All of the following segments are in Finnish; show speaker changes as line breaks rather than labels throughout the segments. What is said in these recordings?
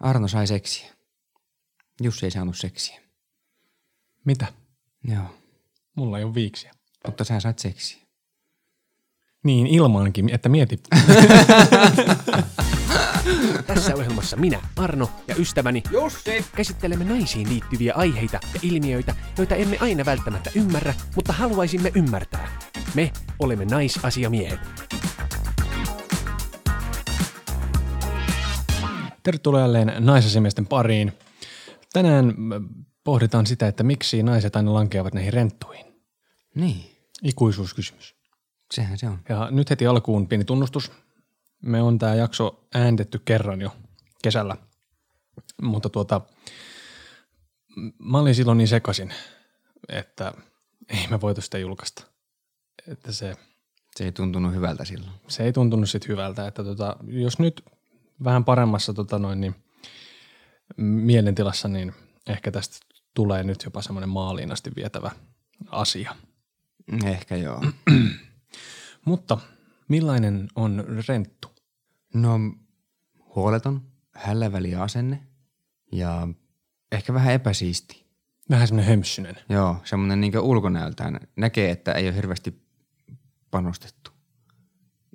Arno sai seksiä. Jussi ei saanut seksiä.
Mitä?
Joo.
Mulla ei ole viiksiä.
Mutta sä sait seksiä.
Niin, ilmaankin, että mieti.
Tässä ohjelmassa minä, Arno ja ystäväni Jussi käsittelemme naisiin liittyviä aiheita ja ilmiöitä, joita emme aina välttämättä ymmärrä, mutta haluaisimme ymmärtää. Me olemme naisasiamiehet.
Tervetuloa jälleen naisasimiesten pariin. Tänään mm, pohditaan sitä, että miksi naiset aina lankeavat näihin renttuihin.
Niin,
Ikuisuuskysymys.
sehän se on.
Ja nyt heti alkuun pieni tunnustus. Me on tämä jakso ääntetty kerran jo kesällä. Mutta tuota, m- mä olin silloin niin sekasin, että ei me voitu sitä julkaista. Että se,
Se ei tuntunut hyvältä silloin.
se ei tuntunut sit hyvältä, että tota, jos nyt vähän paremmassa tota noin, niin, mielentilassa, niin ehkä tästä tulee nyt jopa semmoinen maaliin asti vietävä asia.
Ehkä joo.
Mutta millainen on renttu?
No, huoleton, hälläväliä asenne ja ehkä vähän epäsiisti.
Vähän semmoinen hömssynen.
Joo, semmoinen niin ulkonäöltään. Näkee, että ei ole hirveästi panostettu.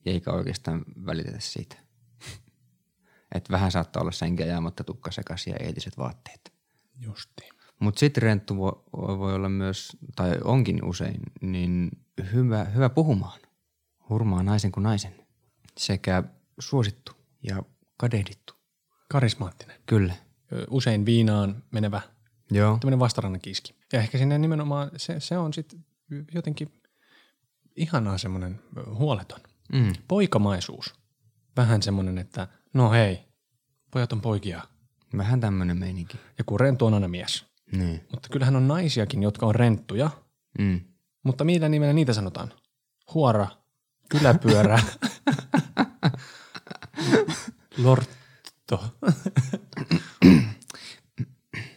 Eikä oikeastaan välitetä siitä. Et vähän saattaa olla senkä jäämättä tukka sekaisin ja eetiset vaatteet.
Justiin.
Mutta sitten renttu vo- voi olla myös, tai onkin usein, niin hyvä, hyvä puhumaan. Hurmaa naisen kuin naisen. Sekä suosittu ja kadehdittu.
Karismaattinen.
Kyllä.
Ö, Usein viinaan menevä,
Joo.
tämmöinen vastarannan kiiski. Ja ehkä sinne nimenomaan se, se on sitten jotenkin ihanaa semmoinen ö, huoleton.
Mm.
Poikamaisuus. Vähän semmoinen, että no hei, pojat on poikia.
Vähän tämmönen meininki.
Ja kun rentu on aina mies.
Niin.
Mutta kyllähän on naisiakin, jotka on renttuja.
Mm.
Mutta millä nimellä niitä sanotaan? Huora, kyläpyörä, lortto.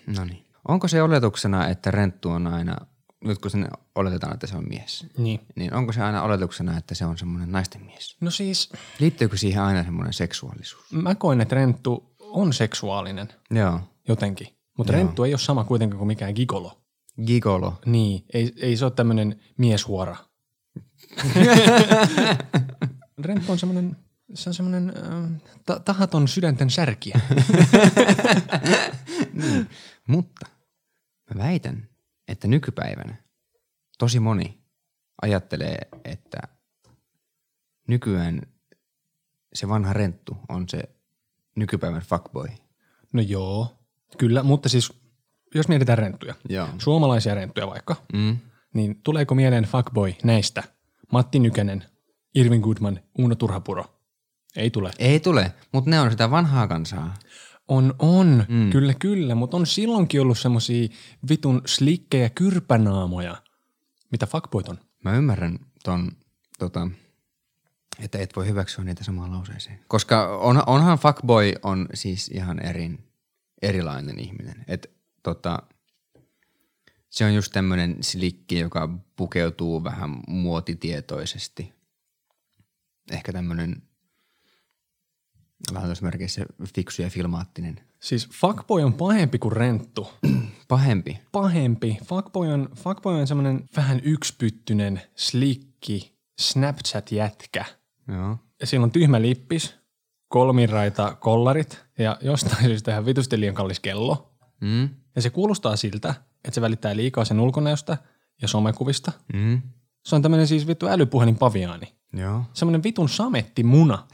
No niin. Onko se oletuksena, että renttu on aina, nyt kun sen oletetaan, että se on mies,
Niin.
niin onko se aina oletuksena, että se on semmoinen naisten mies?
No siis
Liittyykö siihen aina semmoinen seksuaalisuus?
mä koen, että renttu on seksuaalinen
Joo.
jotenkin. Mutta renttu ei ole sama kuitenkaan kuin mikään gigolo.
Gigolo.
Niin, ei, ei se ole tämmöinen mieshuora. Renttu on semmoinen, se on semmoinen ähm, ta- tahaton sydänten särkiä.
Mutta mä väitän, että nykypäivänä tosi moni ajattelee, että nykyään se vanha renttu on se nykypäivän fuckboy.
No joo, kyllä, mutta siis jos mietitään renttuja,
Joo.
suomalaisia renttuja vaikka,
Mm.
niin tuleeko mieleen fuckboy näistä? Matti Nykänen, Irvin Goodman, Uno Turhapuro? Ei tule.
Ei tule, mutta ne on sitä vanhaa kansaa.
On, on, mm. kyllä, kyllä, mutta on silloinkin ollut semmosia vitun slikkejä kyrpänaamoja, mitä fuckboyt on.
Mä ymmärrän ton, tota, että et voi hyväksyä niitä samaan lauseeseen. Koska on, onhan fuckboy on siis ihan erin, erilainen ihminen. Et, tota, se on just tämmönen slikki, joka pukeutuu vähän muotitietoisesti. Ehkä tämmönen lainausmerkeissä fiksu ja filmaattinen.
Siis fuckboy on pahempi kuin renttu.
Pahempi.
Pahempi. Fuckboy on, fuckboy on semmoinen vähän yksipyttynen, slikki, Snapchat-jätkä.
Joo.
Ja sillä on tyhmä lippis, kolmiraita kollarit ja jostain syystä ihan vitusti liian kallis kello.
Mm?
Ja se kuulostaa siltä, että se välittää liikaa sen ulkonäöstä ja somekuvista.
Mm?
Se on tämmöinen siis vittu älypuhelin paviaani.
Joo.
Semmoinen vitun sametti muna.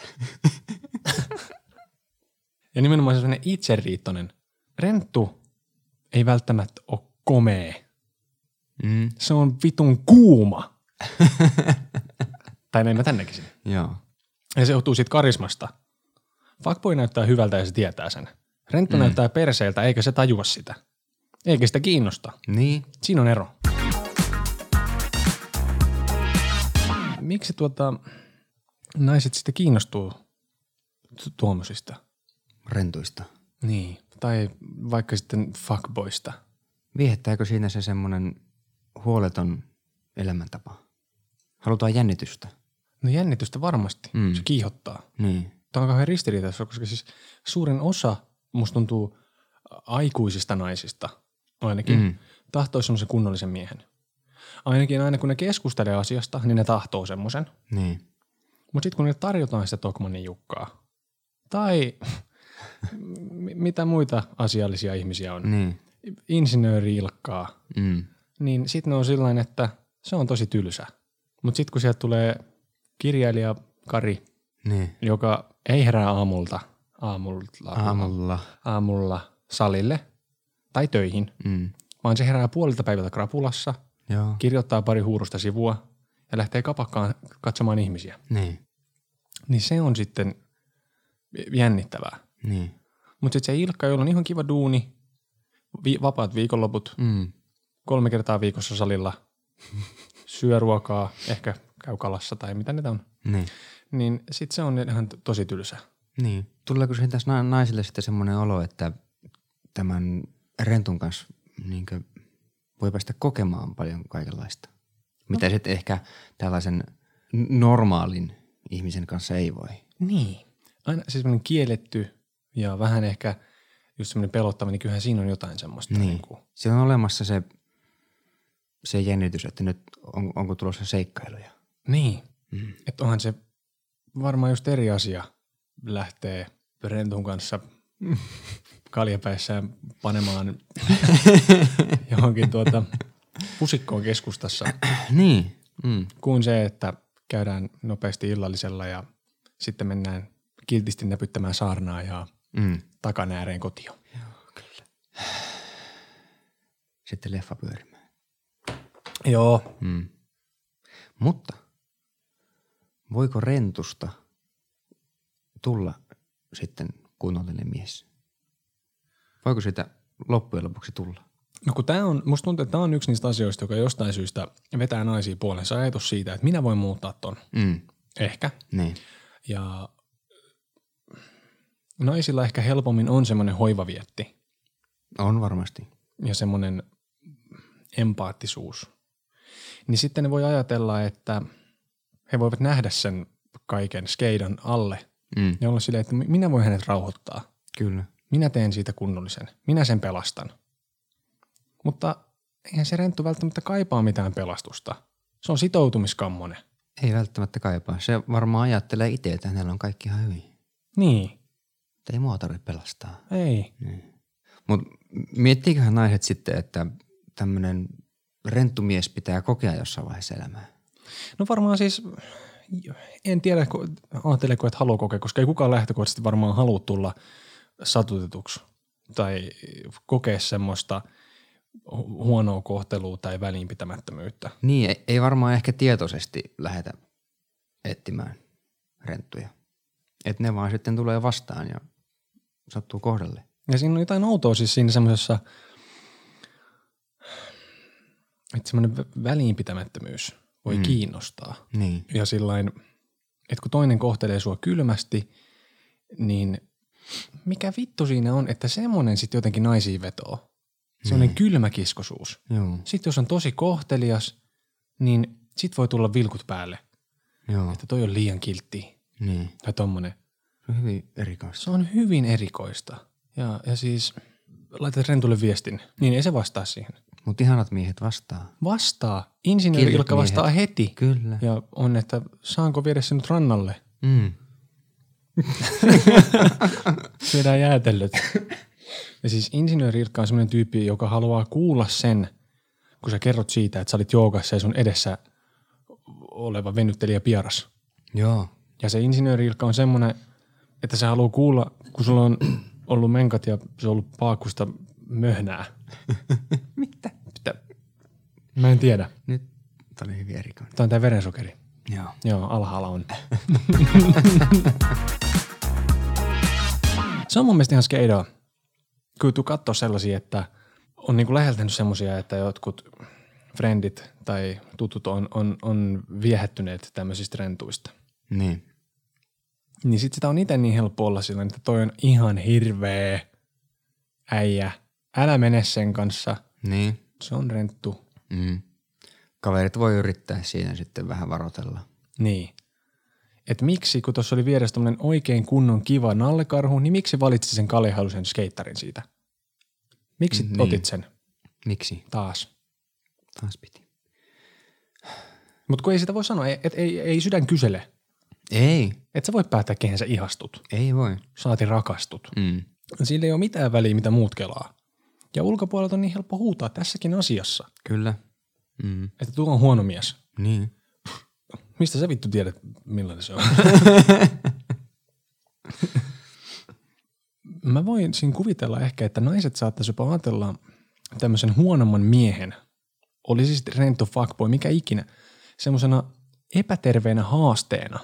ja nimenomaan semmoinen itseriittoinen. Renttu ei välttämättä ole komea.
Mm?
Se on vitun kuuma. tai näin mä tän näkisin.
Joo.
Ja se johtuu siitä karismasta. Fuckboy näyttää hyvältä ja se tietää sen. Renttu mm. näyttää perseeltä eikä se tajua sitä. Eikä sitä kiinnosta.
Niin.
Siinä on ero. Miksi tuota, naiset sitten kiinnostuu tu- tuommoisista?
Rentuista.
Niin. Tai vaikka sitten fuckboista.
Viehättääkö siinä se semmoinen huoleton elämäntapa? Halutaan jännitystä.
No jännitystä varmasti.
Mm.
Mm. Se kiihottaa.
Niin.
Tämä on kauhean ristiriitaista, koska siis suurin osa musta tuntuu aikuisista naisista ainakin mm. tahtoisi semmoisen kunnollisen miehen. Ainakin aina kun ne keskustelee asiasta, niin ne tahtoo semmoisen.
Niin.
Mutta sitten kun ne tarjotaan sitä Tokmanin Jukkaa, tai m- mitä muita asiallisia ihmisiä on,
Niin.
insinööri Ilkkaa,
Mm.
niin sitten ne on sillain, että se on tosi tylsä. Mutta sitten kun sieltä tulee kirjailija Kari,
Niin.
joka ei herää aamulta, aamulta,
Aamulla.
aamulla salille tai töihin,
Mm.
vaan se herää puolilta päivältä krapulassa,
Joo.
kirjoittaa pari huurusta sivua ja lähtee kapakkaan katsomaan ihmisiä.
niin.
Niin se on sitten jännittävää.
Niin.
Mutta sitten se Ilkka, jolla on ihan kiva duuni, vi- vapaat viikonloput,
Mm.
kolme kertaa viikossa salilla, syö ruokaa, ehkä käy kalassa tai mitä ne on,
Niin.
niin sitten se on ihan to- tosi tylsä.
Niin. Tuleeko siihen tässä na- naisille sitten semmoinen olo, että tämän rentun kanssa niinkö voi päästä kokemaan paljon kaikenlaista? Mitä no. sitten ehkä tällaisen n- normaalin ihmisen kanssa ei voi?
Niin. Aina siis semmoinen kielletty ja vähän ehkä just semmoinen pelottava, niin kyllähän siinä on jotain semmoista. Niin. Niin kuin,
Siinä on olemassa se, se jännitys, että nyt on, onko tulossa seikkailuja.
Niin. Mm. Että onhan se varmaan just eri asia lähtee Rentun kanssa kaljapäissään panemaan johonkin tuota pusikkoon keskustassa,
niin. Mm.
kuin se, että käydään nopeasti illallisella ja sitten mennään kiltisti näpyttämään saarnaa ja
Mm.
takan ääreen kotiin.
Sitten leffa pyörimään.
Joo.
Mm. Mutta voiko rentusta tulla sitten kunnollinen mies? Voiko sitä loppujen lopuksi tulla?
No kun tää on, musta tuntuu, että tämä on yksi niistä asioista, joka jostain syystä vetää naisia puolensa ajatus siitä, että minä voin muuttaa ton.
Mm.
Ehkä.
Niin.
Ja naisilla ehkä helpommin on semmoinen hoivavietti
On varmasti.
ja semmoinen empaattisuus. Niin sitten ne voi ajatella, että he voivat nähdä sen kaiken skeidan alle
Mm.
ja olla silleen, että minä voin hänet rauhoittaa.
Kyllä.
Minä teen siitä kunnollisen. Minä sen pelastan. Mutta eihän se renttu välttämättä kaipaa mitään pelastusta. Se on sitoutumiskammonen.
Ei välttämättä kaipaa. Se varmaan ajattelee itse, että hänellä on kaikki ihan hyvin.
Niin,
Että ei mua tarvitse pelastaa.
ei.
Mutta miettiiköhän naiset sitten, että tämmöinen renttumies pitää kokea jossain vaiheessa elämää?
No varmaan siis, en tiedä, ku- ajatteleeko, että haluaa kokea, koska ei kukaan lähtökohtaisesti varmaan halua tulla satutetuksi tai kokea semmoista hu- huonoa kohtelua tai välinpitämättömyyttä.
Niin, ei, ei varmaan ehkä tietoisesti lähetä etsimään renttuja. Et ne vaan sitten tulee vastaan ja sattuu kohdalle.
Ja siinä on jotain outoa siis siinä semmoisessa, että semmoinen vä- välinpitämättömyys voi mm. kiinnostaa.
Niin.
Ja sillain, että kun toinen kohtelee sua kylmästi, niin mikä vittu siinä on, että semmoinen sitten jotenkin naisiin vetoo. Semmoinen mm. kylmäkiskosuus.
Joo,
Sitten jos on tosi kohtelias, niin sit voi tulla vilkut päälle,
joo,
että toi on liian kiltti
niin.
tai tommonen.
Se on hyvin erikoista.
Se on hyvin erikoista. Ja, ja siis laitat rentulle viestin, niin ei se vastaa siihen.
Mutta ihanat miehet vastaa.
Vastaa. Insinööri
Kiltit
Ilkka vastaa heti.
Kyllä.
Ja on, että saanko viedä sinut rannalle?
Mm.
syödään jäätelöt. Ja siis insinööri Ilkka on sellainen tyyppi, joka haluaa kuulla sen, kun sä kerrot siitä, että sä olit joogassa ja sun edessä oleva venyttelijä pieras.
Joo.
Ja se insinööri Ilkka on semmoinen, että sä haluaa kuulla, kun sulla on ollut menkat ja se on ollut paakusta möhnää.
Mitä? Mitä?
Mä en tiedä.
Nyt tämä oli hyvin erikoinen.
Tämä on tämä verensokeri.
Joo.
Joo, alhaalla on. se on mun mielestä ihan skeidaa. Kyllä katsoa sellaisia, että on niinku läheltänyt semmoisia, että jotkut frendit tai tutut on, on, on viehättyneet tämmöisistä rentuista.
Niin.
Niin sit sitä on itse niin helppo olla sillä, että toi on ihan hirveä äijä. Älä mene sen kanssa.
Niin.
Se on renttu.
Mm. Kaverit voi yrittää siinä sitten vähän varotella.
Niin. että miksi, kun tuossa oli vieressä tämmöinen oikein kunnon kiva nallekarhu, niin miksi valitsit sen Kalehalusen skeittarin siitä? Miksi
Niin.
niin. otit sen
Miksi?
taas?
Taas piti.
Mutta kun ei sitä voi sanoa, että ei, ei sydän kysele.
Ei,
Et sä voi päättää, kehen sä ihastut,
ei voi.
saati rakastut.
Mm.
Sillä ei ole mitään väliä, mitä muut kelaa. Ja ulkopuolelta on niin helppo huutaa tässäkin asiassa,
Kyllä. Mm.
että tuo on huono mies.
Niin.
Mistä sä vittu tiedät, millainen se on? Mä voin siinä kuvitella ehkä, että naiset saattaisi jopa ajatella tämmöisen huonomman miehen, oli siis rento fuckboy, mikä ikinä, semmoisena epäterveenä haasteena.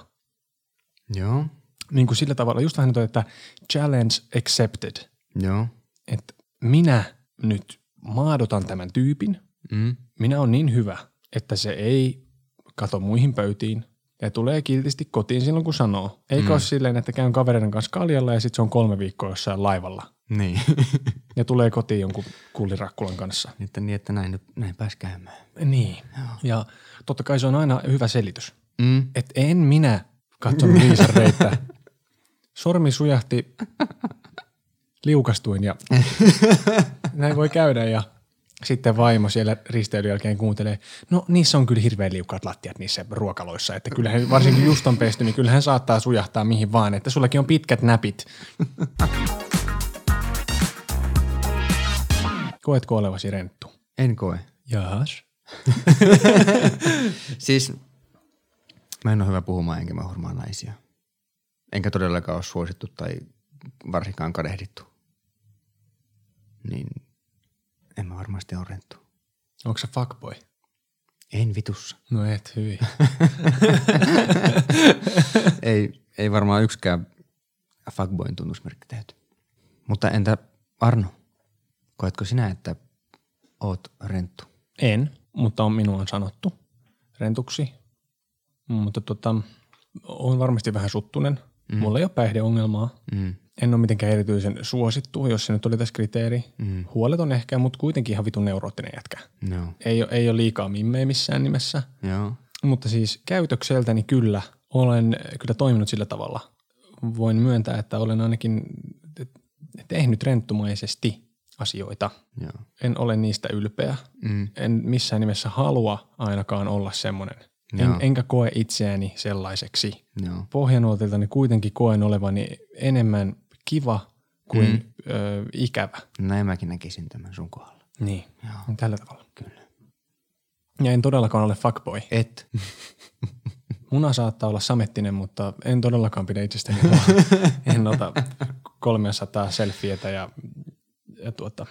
Joo.
Niin kuin sillä tavalla, just vähän toi, että challenge accepted,
Joo.
että minä nyt maadotan tämän tyypin,
Mm.
minä on niin hyvä, että se ei kato muihin pöytiin ja tulee kiltisti kotiin silloin, kun sanoo. Eikä mm. ole silleen, että käyn kavereiden kanssa kaljalla ja sitten se on kolme viikkoa jossain laivalla
Niin.
ja tulee kotiin jonkun kullirakkulan kanssa.
että niin, että näin, näin pääs käymään.
Niin. Ja totta kai se on aina hyvä selitys.
Mm.
Että en minä katsonut Liisan reittä. Sormi sujahti, liukastuin ja näin voi käydä ja sitten vaimo siellä risteilyn jälkeen kuuntelee, no niissä on kyllä hirveän liukaat lattiat niissä ruokaloissa, että kyllähän varsinkin just on pesty, niin kyllähän saattaa sujahtaa mihin vaan, että sullakin on pitkät näpit. Koetko olevasi renttu?
En koe.
Jaas.
Siis mä en ole hyvä puhumaan enkä mä hurmaa naisia. Enkä todellakaan ole suosittu tai varsinkaan kadehdittu. Niin en mä varmasti ole renttu.
Onko se fuckboy?
En vitussa.
No et hyvin.
ei, ei varmaan yksikään fuckboyn tunnusmerkki täyty. Mutta entä Arno, koetko sinä, että oot renttu?
En, mutta on, minua on sanottu rentuksi. Mutta tota, on varmasti vähän suttunen. Mm. Mulla ei ole päihdeongelmaa.
Mm.
En ole mitenkään erityisen suosittu, jos se nyt oli tässä kriteeri.
Mm.
Huoleton ehkä, mutta kuitenkin ihan vitun neuroottinen jätkä.
No.
Ei, ole- ei ole liikaa mimmejä missään nimessä.
Joo.
Mutta siis käytökseltäni kyllä olen kyllä toiminut sillä tavalla. Voin myöntää, että olen ainakin tehnyt renttumaisesti asioita.
Joo.
En ole niistä ylpeä.
Mm.
En missään nimessä halua ainakaan olla semmoinen. En,
Joo.
enkä koe itseäni sellaiseksi.
Joo.
Pohjanuotiltani kuitenkin koen olevani enemmän kiva kuin mm. ö, ikävä.
Näin No mäkin näkisin tämän sun kohdalla.
Niin.
Joo.
Tällä tavalla.
Kyllä.
Ja en todellakaan ole fuckboy.
Et.
Muna saattaa olla samettinen, mutta en todellakaan pidä itsestäni huolta. En ota 300 selfietä ja, ja tuota,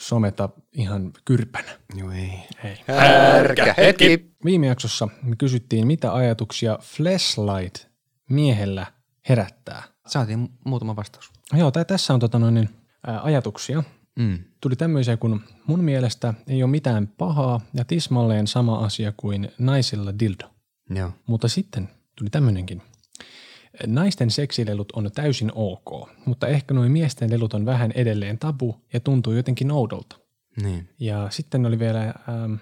someta ihan kyrpänä.
Joo ei.
Hei.
Härkä hetki!
Viime jaksossa me kysyttiin, mitä ajatuksia flashlight miehellä herättää.
Saatiin mu- muutama vastaus.
Joo, tää, tässä on tota noin, niin, ää, ajatuksia.
Mm.
Tuli tämmöisiä, kun mun mielestä ei ole mitään pahaa ja tismalleen sama asia kuin naisilla dildo.
Joo.
Mutta sitten tuli tämmöinenkin. Naisten seksilelut on täysin ok, mutta ehkä noin miesten lelut on vähän edelleen tabu ja tuntuu jotenkin oudolta.
Niin.
Ja sitten oli vielä, ähm,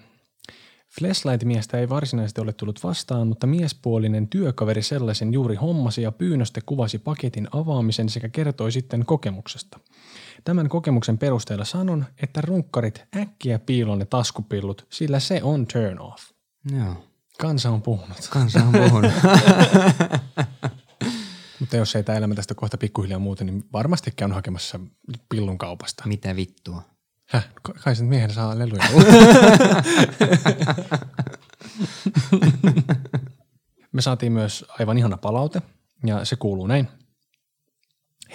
Flashlight-miestä ei varsinaisesti ole tullut vastaan, mutta miespuolinen työkaveri sellaisen juuri hommasi ja pyynnöstä kuvasi paketin avaamisen sekä kertoi sitten kokemuksesta. Tämän kokemuksen perusteella sanon, että runkkarit äkkiä piilon ne taskupillut, sillä se on turn off.
Joo.
Kansa on puhunut.
Kansa on puhunut.
Mutta jos ei tämä elämä tästä kohta pikkuhiljaa muuta, niin varmasti käyn hakemassa pillun kaupasta.
Mitä vittua?
Häh, ka- kai sen miehen saa leluja. Me saatiin myös aivan ihana palaute, ja se kuuluu näin.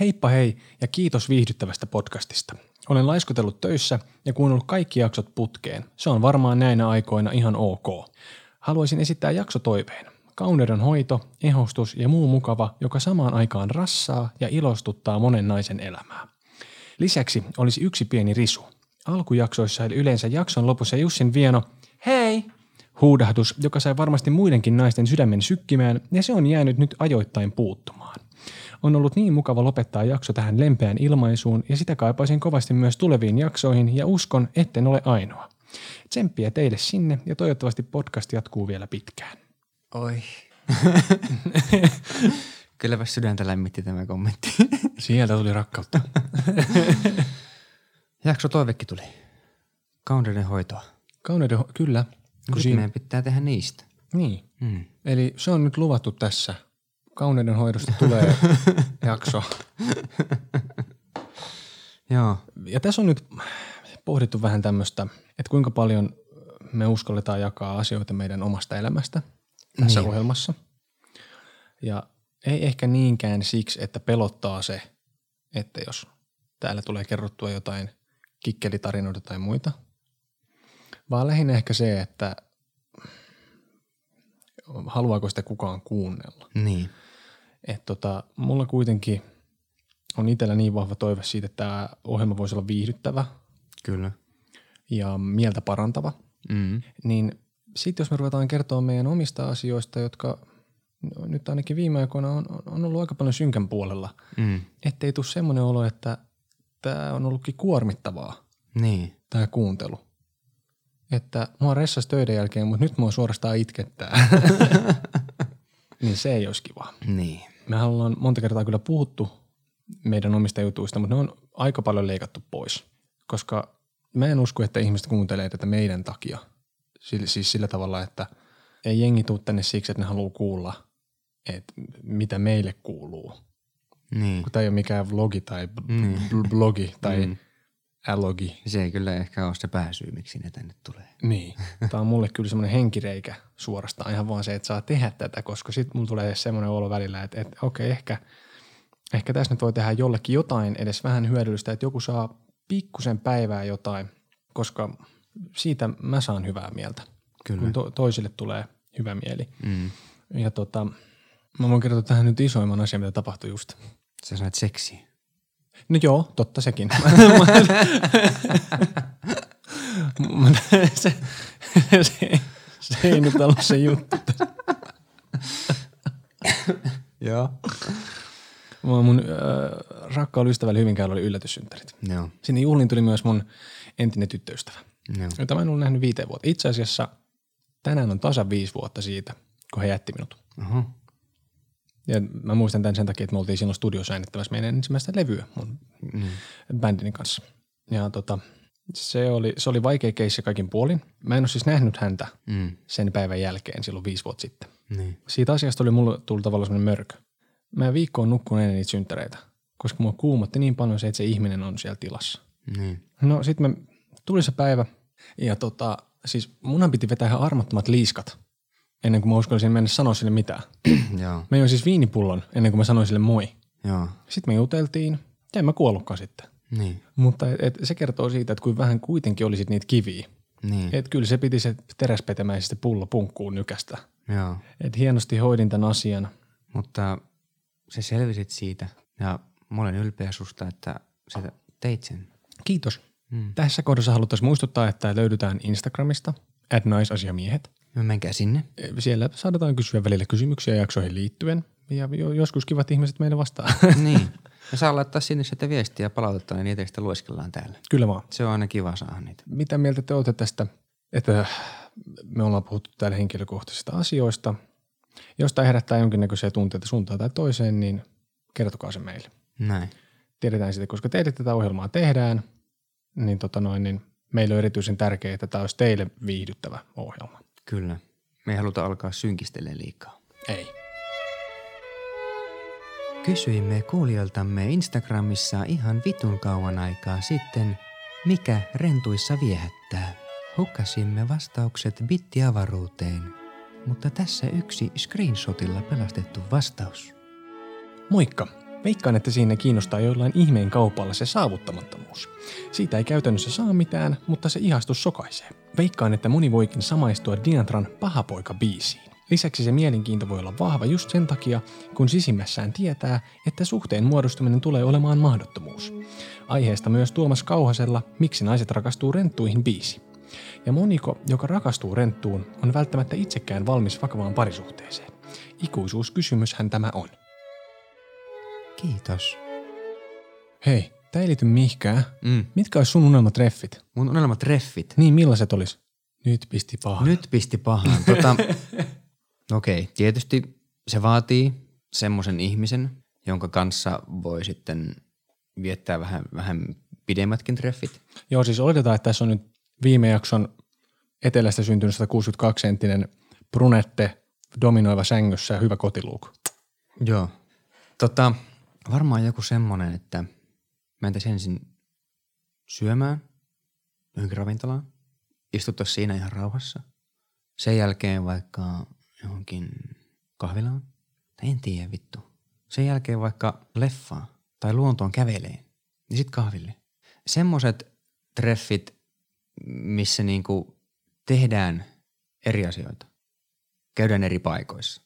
Heippa hei, ja kiitos viihdyttävästä podcastista. Olen laiskutellut töissä ja kuunnellut kaikki jaksot putkeen. Se on varmaan näinä aikoina ihan ok. Haluaisin esittää jaksotoiveen. Kauneuden hoito, ehostus ja muu mukava, joka samaan aikaan rassaa ja ilostuttaa monen naisen elämää. Lisäksi olisi yksi pieni risu. Alkujaksoissa eli yleensä jakson lopussa Jussin vieno Hei! huudahdus, joka sai varmasti muidenkin naisten sydämen sykkimään, ja se on jäänyt nyt ajoittain puuttumaan. On ollut niin mukava lopettaa jakso tähän lempeään ilmaisuun, ja sitä kaipaisin kovasti myös tuleviin jaksoihin, ja uskon, etten ole ainoa. Tsemppiä teille sinne, ja toivottavasti podcast jatkuu vielä pitkään.
Oi. Kylläpä sydäntä lämmitti tämä kommentti.
Sieltä tuli rakkautta.
Jakso toivekin tuli. Kauneuden hoitoa.
Kauneuden, ho- kyllä.
Kun
Kun siinä,
meidän pitää tehdä niistä.
niin.
Mm.
Eli se on nyt luvattu tässä. Kauneuden hoidosta tulee jakso.
Joo.
Ja tässä on nyt pohdittu vähän tämmöistä, että kuinka paljon me uskalletaan jakaa asioita meidän omasta elämästä tässä niin. ohjelmassa. Ja ei ehkä niinkään siksi, että pelottaa se, että jos täällä tulee kerrottua jotain kikkelitarinoita tai muita, vaan lähinnä ehkä se, että haluaako sitä kukaan kuunnella.
Niin.
Et tota, mulla kuitenkin on itsellä niin vahva toive siitä, että tämä ohjelma voisi olla viihdyttävä
Kyllä.
ja mieltä parantava.
Mm.
Niin sitten jos me ruvetaan kertoa meidän omista asioista, jotka no, nyt ainakin viime aikoina on, on ollut aika paljon synkän puolella,
Mm.
ettei tule semmoinen olo, että tämä on ollutkin kuormittavaa,
Niin.
tämä kuuntelu. Että mua ressas töiden jälkeen, mutta nyt mua suorastaan itkettää. niin se ei olisi kivaa.
Niin.
Me ollaan monta kertaa kyllä puhuttu meidän omista jutuista, mutta ne on aika paljon leikattu pois, koska mä en usko, että ihmiset kuuntelee tätä meidän takia. Sillä, siis sillä tavalla, että ei jengi tuu tänne siksi, että ne haluaa kuulla, että mitä meille kuuluu.
Niin.
Kun tämä ei ole mikään vlogi tai bl- bl- blogi tai mm. alogi.
Se ei kyllä ehkä ole se pääsyy, miksi ne tänne tulee.
Niin. Tämä on mulle kyllä semmoinen henkireikä suorastaan ihan vaan se, että saa tehdä tätä, koska sitten mulla tulee semmoinen olo välillä, että, että okei, ehkä, ehkä tässä nyt voi tehdä jollekin jotain edes vähän hyödyllistä, että joku saa pikkusen päivää jotain, koska siitä mä saan hyvää mieltä.
Kyllä.
Kun to- toisille tulee hyvä mieli. Mm. Ja tota, mä voin kertoa tähän nyt isoimman asian, mitä tapahtui just.
Sä sanoit seksiä.
No joo, totta sekin. Mut se, se, se ei nyt ollut se juttu.
Joo.
Vaan Mun äh, rakkaalla ystävällä Hyvinkäällä oli yllätyssynttärit.
Joo.
Sinne juhliin tuli myös mun entinen tyttöystävä,
Joo.
jota mä en ollut nähnyt viiteen vuotta. Itse asiassa tänään on tasa viisi vuotta siitä, kun hän jätti minut.
Oho.
Ja mä muistan tämän sen takia, että me oltiin silloin studiossa äänittämässä meidän ensimmäistä levyä mun mm. bändini kanssa. Ja tota, se oli, se oli vaikea keissi kaikin puolin. Mä en ole siis nähnyt häntä mm. sen päivän jälkeen silloin viisi vuotta sitten.
Niin.
Siitä asiasta oli mulle tullut tavallaan semmoinen mörkö. Mä viikkoon nukkunut ennen niitä synttäreitä, koska mua kuumotti niin paljon se, että se ihminen on siellä tilassa.
Niin.
No sitten me tuli se päivä ja tota, siis munhan piti vetää ihan armottomat liiskat ennen kuin mä uskallisin mennä sanoa sille mitään.
Joo.
Mä join siis viinipullon ennen kuin mä sanoin sille moi.
Joo.
Sitten me juteltiin ja en mä kuollutkaan sitten.
Niin.
Mutta et, et se kertoo siitä, että kuin vähän kuitenkin olisit niitä kiviä.
Niin.
Että kyllä se piti se teräspetemäisesti pullo punkkuun nykästä.
Joo.
Et hienosti hoidin tämän asian.
Mutta sä selvisit siitä ja mä olen ylpeä susta, että sä teit sen.
Kiitos. Hmm. Tässä kohdassa haluttaisiin muistuttaa, että löydytään Instagramista, at naisasiamiehet.
Mä No menkää sinne.
Siellä saadetaan kysyä välillä kysymyksiä jaksoihin liittyen. Ja jo- joskus kivat ihmiset meille vastaa.
niin. Ja saa laittaa sinne sitä viestiä ja palautetta, niin niitä sitten lueskellaan täällä.
kyllä vaan.
Se on aina kiva saada niitä.
mitä mieltä te olette tästä, että me ollaan puhuttu täällä henkilökohtaisista asioista. Jos tämä herättää jonkinnäköisiä tunteita suuntaan tai toiseen, niin kertokaa se meille.
Näin.
Tiedetään sitä, koska teille tätä ohjelmaa tehdään, niin, tota noin, niin meillä on erityisen tärkeää, että tämä olisi teille viihdyttävä ohjelma.
Kyllä. Me ei haluta alkaa synkistelemään liikaa.
Ei.
Kysyimme kuulijoiltamme Instagramissa ihan vitun kauan aikaa sitten, mikä rentuissa viehättää. Hukkasimme vastaukset bittiavaruuteen, mutta tässä yksi screenshotilla pelastettu vastaus.
Moikka! Veikkaan, että siinä kiinnostaa jollain ihmeen kaupalla se saavuttamattomuus. Siitä ei käytännössä saa mitään, mutta se ihastus sokaisee. Veikkaan, että moni voikin samaistua Diantran pahapoika biisiin. Lisäksi se mielenkiinto voi olla vahva just sen takia, kun sisimmässään tietää, että suhteen muodostuminen tulee olemaan mahdottomuus. Aiheesta myös Tuomas Kauhasella Miksi naiset rakastuu renttuihin biisi. Ja moniko, joka rakastuu renttuun, on välttämättä itsekään valmis vakavaan parisuhteeseen. Ikuisuuskysymyshän tämä on.
Kiitos.
Hei, tää ei liity mihkään.
Mm.
Mitkä olisi sun unelmatreffit?
Mun unelmatreffit.
Niin, millaiset olis? Nyt pisti paha.
Nyt pisti pahaan. Tota, Okei, tietysti se vaatii semmoisen ihmisen, jonka kanssa voi sitten viettää vähän, vähän pidemmätkin treffit.
Joo, siis oletetaan, että tässä on nyt viime jakson etelästä syntynyt 162-senttinen brunette dominoiva sängyssä ja hyvä kotiluuku.
Joo. Tota, varmaan joku semmonen, että mentäisiin ensin syömään johonkin ravintolaan, istuttaa siinä ihan rauhassa. Sen jälkeen vaikka johonkin kahvilaan. Tai en tiedä vittu. Sen jälkeen vaikka leffaan tai luontoon käveleen. Niin sit kahville. Semmoset treffit, missä niinku tehdään eri asioita. Käydään eri paikoissa.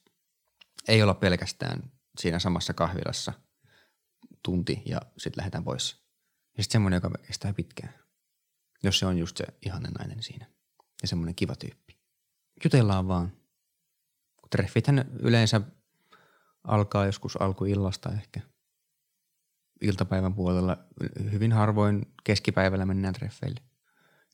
Ei olla pelkästään siinä samassa kahvilassa tunti ja sitten lähdetään pois. Ja sitten semmoinen, joka kestää pitkään. Jos se on just se ihanen nainen siinä. Ja semmoinen kiva tyyppi. Jutellaan vaan. Kun Treffithän yleensä alkaa joskus alkuillasta ehkä. Iltapäivän puolella hyvin harvoin keskipäivällä mennään treffeille.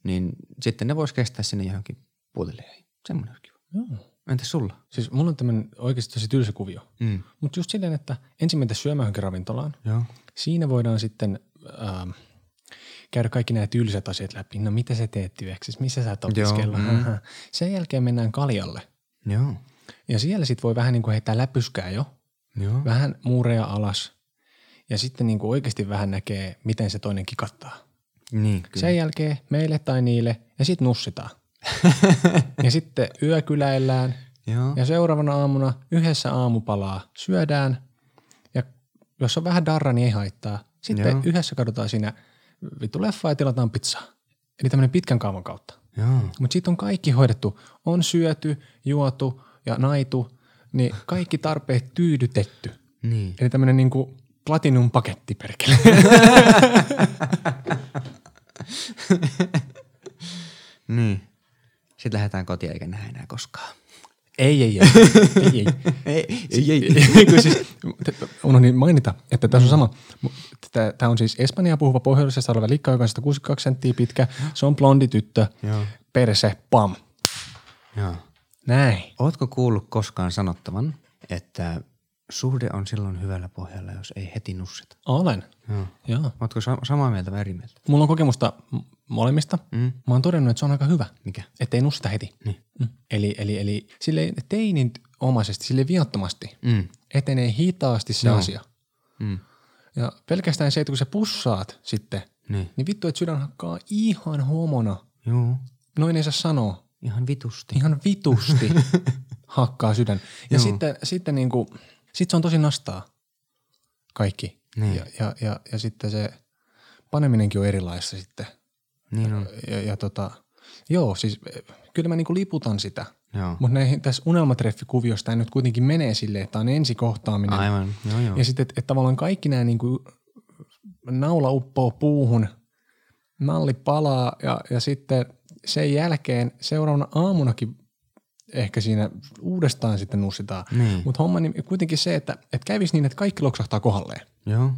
Niin sitten ne vois kestää sinne johonkin puolelle. Semmoinen olisi kiva.
Joo.
Entäs sulla?
Siis mulla on tämmöinen oikeasti tosi tylsä kuvio.
Mm.
Mutta just silleen, että ensin mennään syömään johonkin ravintolaan.
Joo.
Siinä voidaan sitten ähm, käydä kaikki nämä tylsät asiat läpi. No mitä sä teet yhdeksäs, missä sä et opiskella?
Joo, mm.
Mm. Sen jälkeen mennään kaljalle.
Joo.
Ja siellä sitten voi vähän niin kuin heittää läpyskää jo.
Joo.
Vähän muureja alas. Ja sitten niin kuin oikeasti vähän näkee, miten se toinen kikattaa.
Niin, kyllä.
Sen jälkeen meille tai niille ja sitten nussitaan. ja sitten yökyläillään
Joo.
ja seuraavana aamuna yhdessä aamupalaa syödään. Ja jos on vähän darra, niin ei haittaa. Sitten
Joo.
yhdessä katsotaan siinä vittu leffaa ja tilataan pizzaa. Eli tämmöinen pitkän kaavan kautta.
Joo.
Mutta sitten on kaikki hoidettu. On syöty, juotu ja naitu, niin kaikki tarpeet tyydytetty.
Niin.
Eli tämmöinen niinku platinum paketti perkele.
Niin. Sitten lähdetään kotiin eikä nähdä enää koskaan.
ei, ei, ei. ei, ei.
Ei, ei, ei.
Kun siis, unohdin mainita, että tässä on sama. Tämä on siis Espanjaa puhuva pohjoisesta oleva likka, joka on 162 senttiä pitkä. Se on blondi tyttö.
Joo.
Perse, pam.
Joo.
Näin.
Ootko kuullut koskaan sanottavan, että suhde on silloin hyvällä pohjalla, jos ei heti nussita?
Olen.
Joo.
Joo.
Ootko sa- samaa mieltä vai eri mieltä?
Mulla on kokemusta m- molemmista.
Mm.
Mä oon todennut, että se on aika hyvä.
Mikä?
Että ei nussita heti.
Niin.
Mm. Eli, eli, eli sille teinin omaisesti, sille viattomasti
Mm.
etenee hitaasti se asia.
Mm.
Ja pelkästään se, että kun sä pussaat sitten,
Niin.
niin vittu, että sydän hakkaa ihan homona.
Joo.
Noin ei saa sanoa.
Ihan vitusti.
Ihan vitusti hakkaa sydän. Ja sitten, sitten niinku, sit se on tosi nastaa kaikki.
Niin.
Ja, ja, ja, ja sitten se paneminenkin on erilaista sitten.
Niin on.
Ja, ja tota, joo, siis eh, kyllä mä niinku liputan sitä.
Joo.
Mutta näihin tässä unelmatreffikuviossa tämä nyt kuitenkin menee silleen, että on ensikohtaaminen.
Aivan. Joo, joo.
Ja sitten, että et tavallaan kaikki nämä niinku, naula uppoo puuhun, nalli palaa ja, ja sitten sen jälkeen seuraavana aamunakin ehkä siinä uudestaan sitten nussitaan.
Niin.
Mutta homma niin kuitenkin se, että, että kävisi niin, että kaikki loksahtaa kohdalleen.
Joo.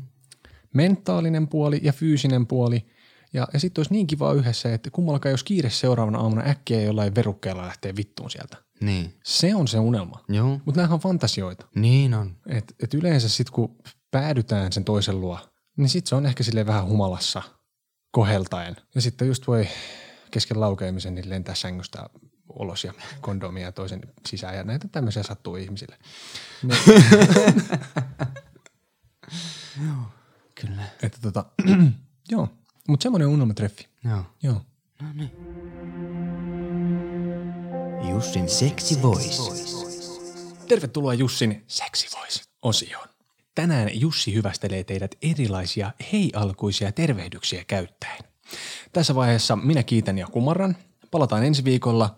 Mentaalinen puoli ja fyysinen puoli. Ja, ja sitten olisi niin kiva yhdessä, että kummallakaan jos kiire seuraavana aamuna äkkiä jollain verukkeella lähtee vittuun sieltä.
Niin.
Se on se unelma.
Joo.
Mutta nämähän on fantasioita.
Niin on.
Et, et yleensä sitten kun päädytään sen toisen luo, niin sitten se on ehkä sille vähän humalassa koheltaen. Ja sitten just voi kesken laukeamisen niin lentää sängystä ulos ja kondomia toisen sisään ja näitä tämmöisiä sattuu ihmisille.
Kyllä.
Että tota, joo, mutta semmoinen unelmatreffi.
Joo.
Joo.
Jussin seksi voice.
Tervetuloa Jussin Sexy Voice-osioon. Tänään Jussi hyvästelee teidät erilaisia hei-alkuisia tervehdyksiä käyttäen. Tässä vaiheessa minä kiitän ja kumarran. Palataan ensi viikolla.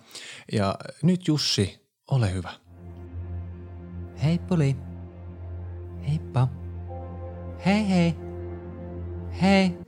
Ja nyt Jussi, ole hyvä.
Hei Puli. Heippa. Hei hei. Hei.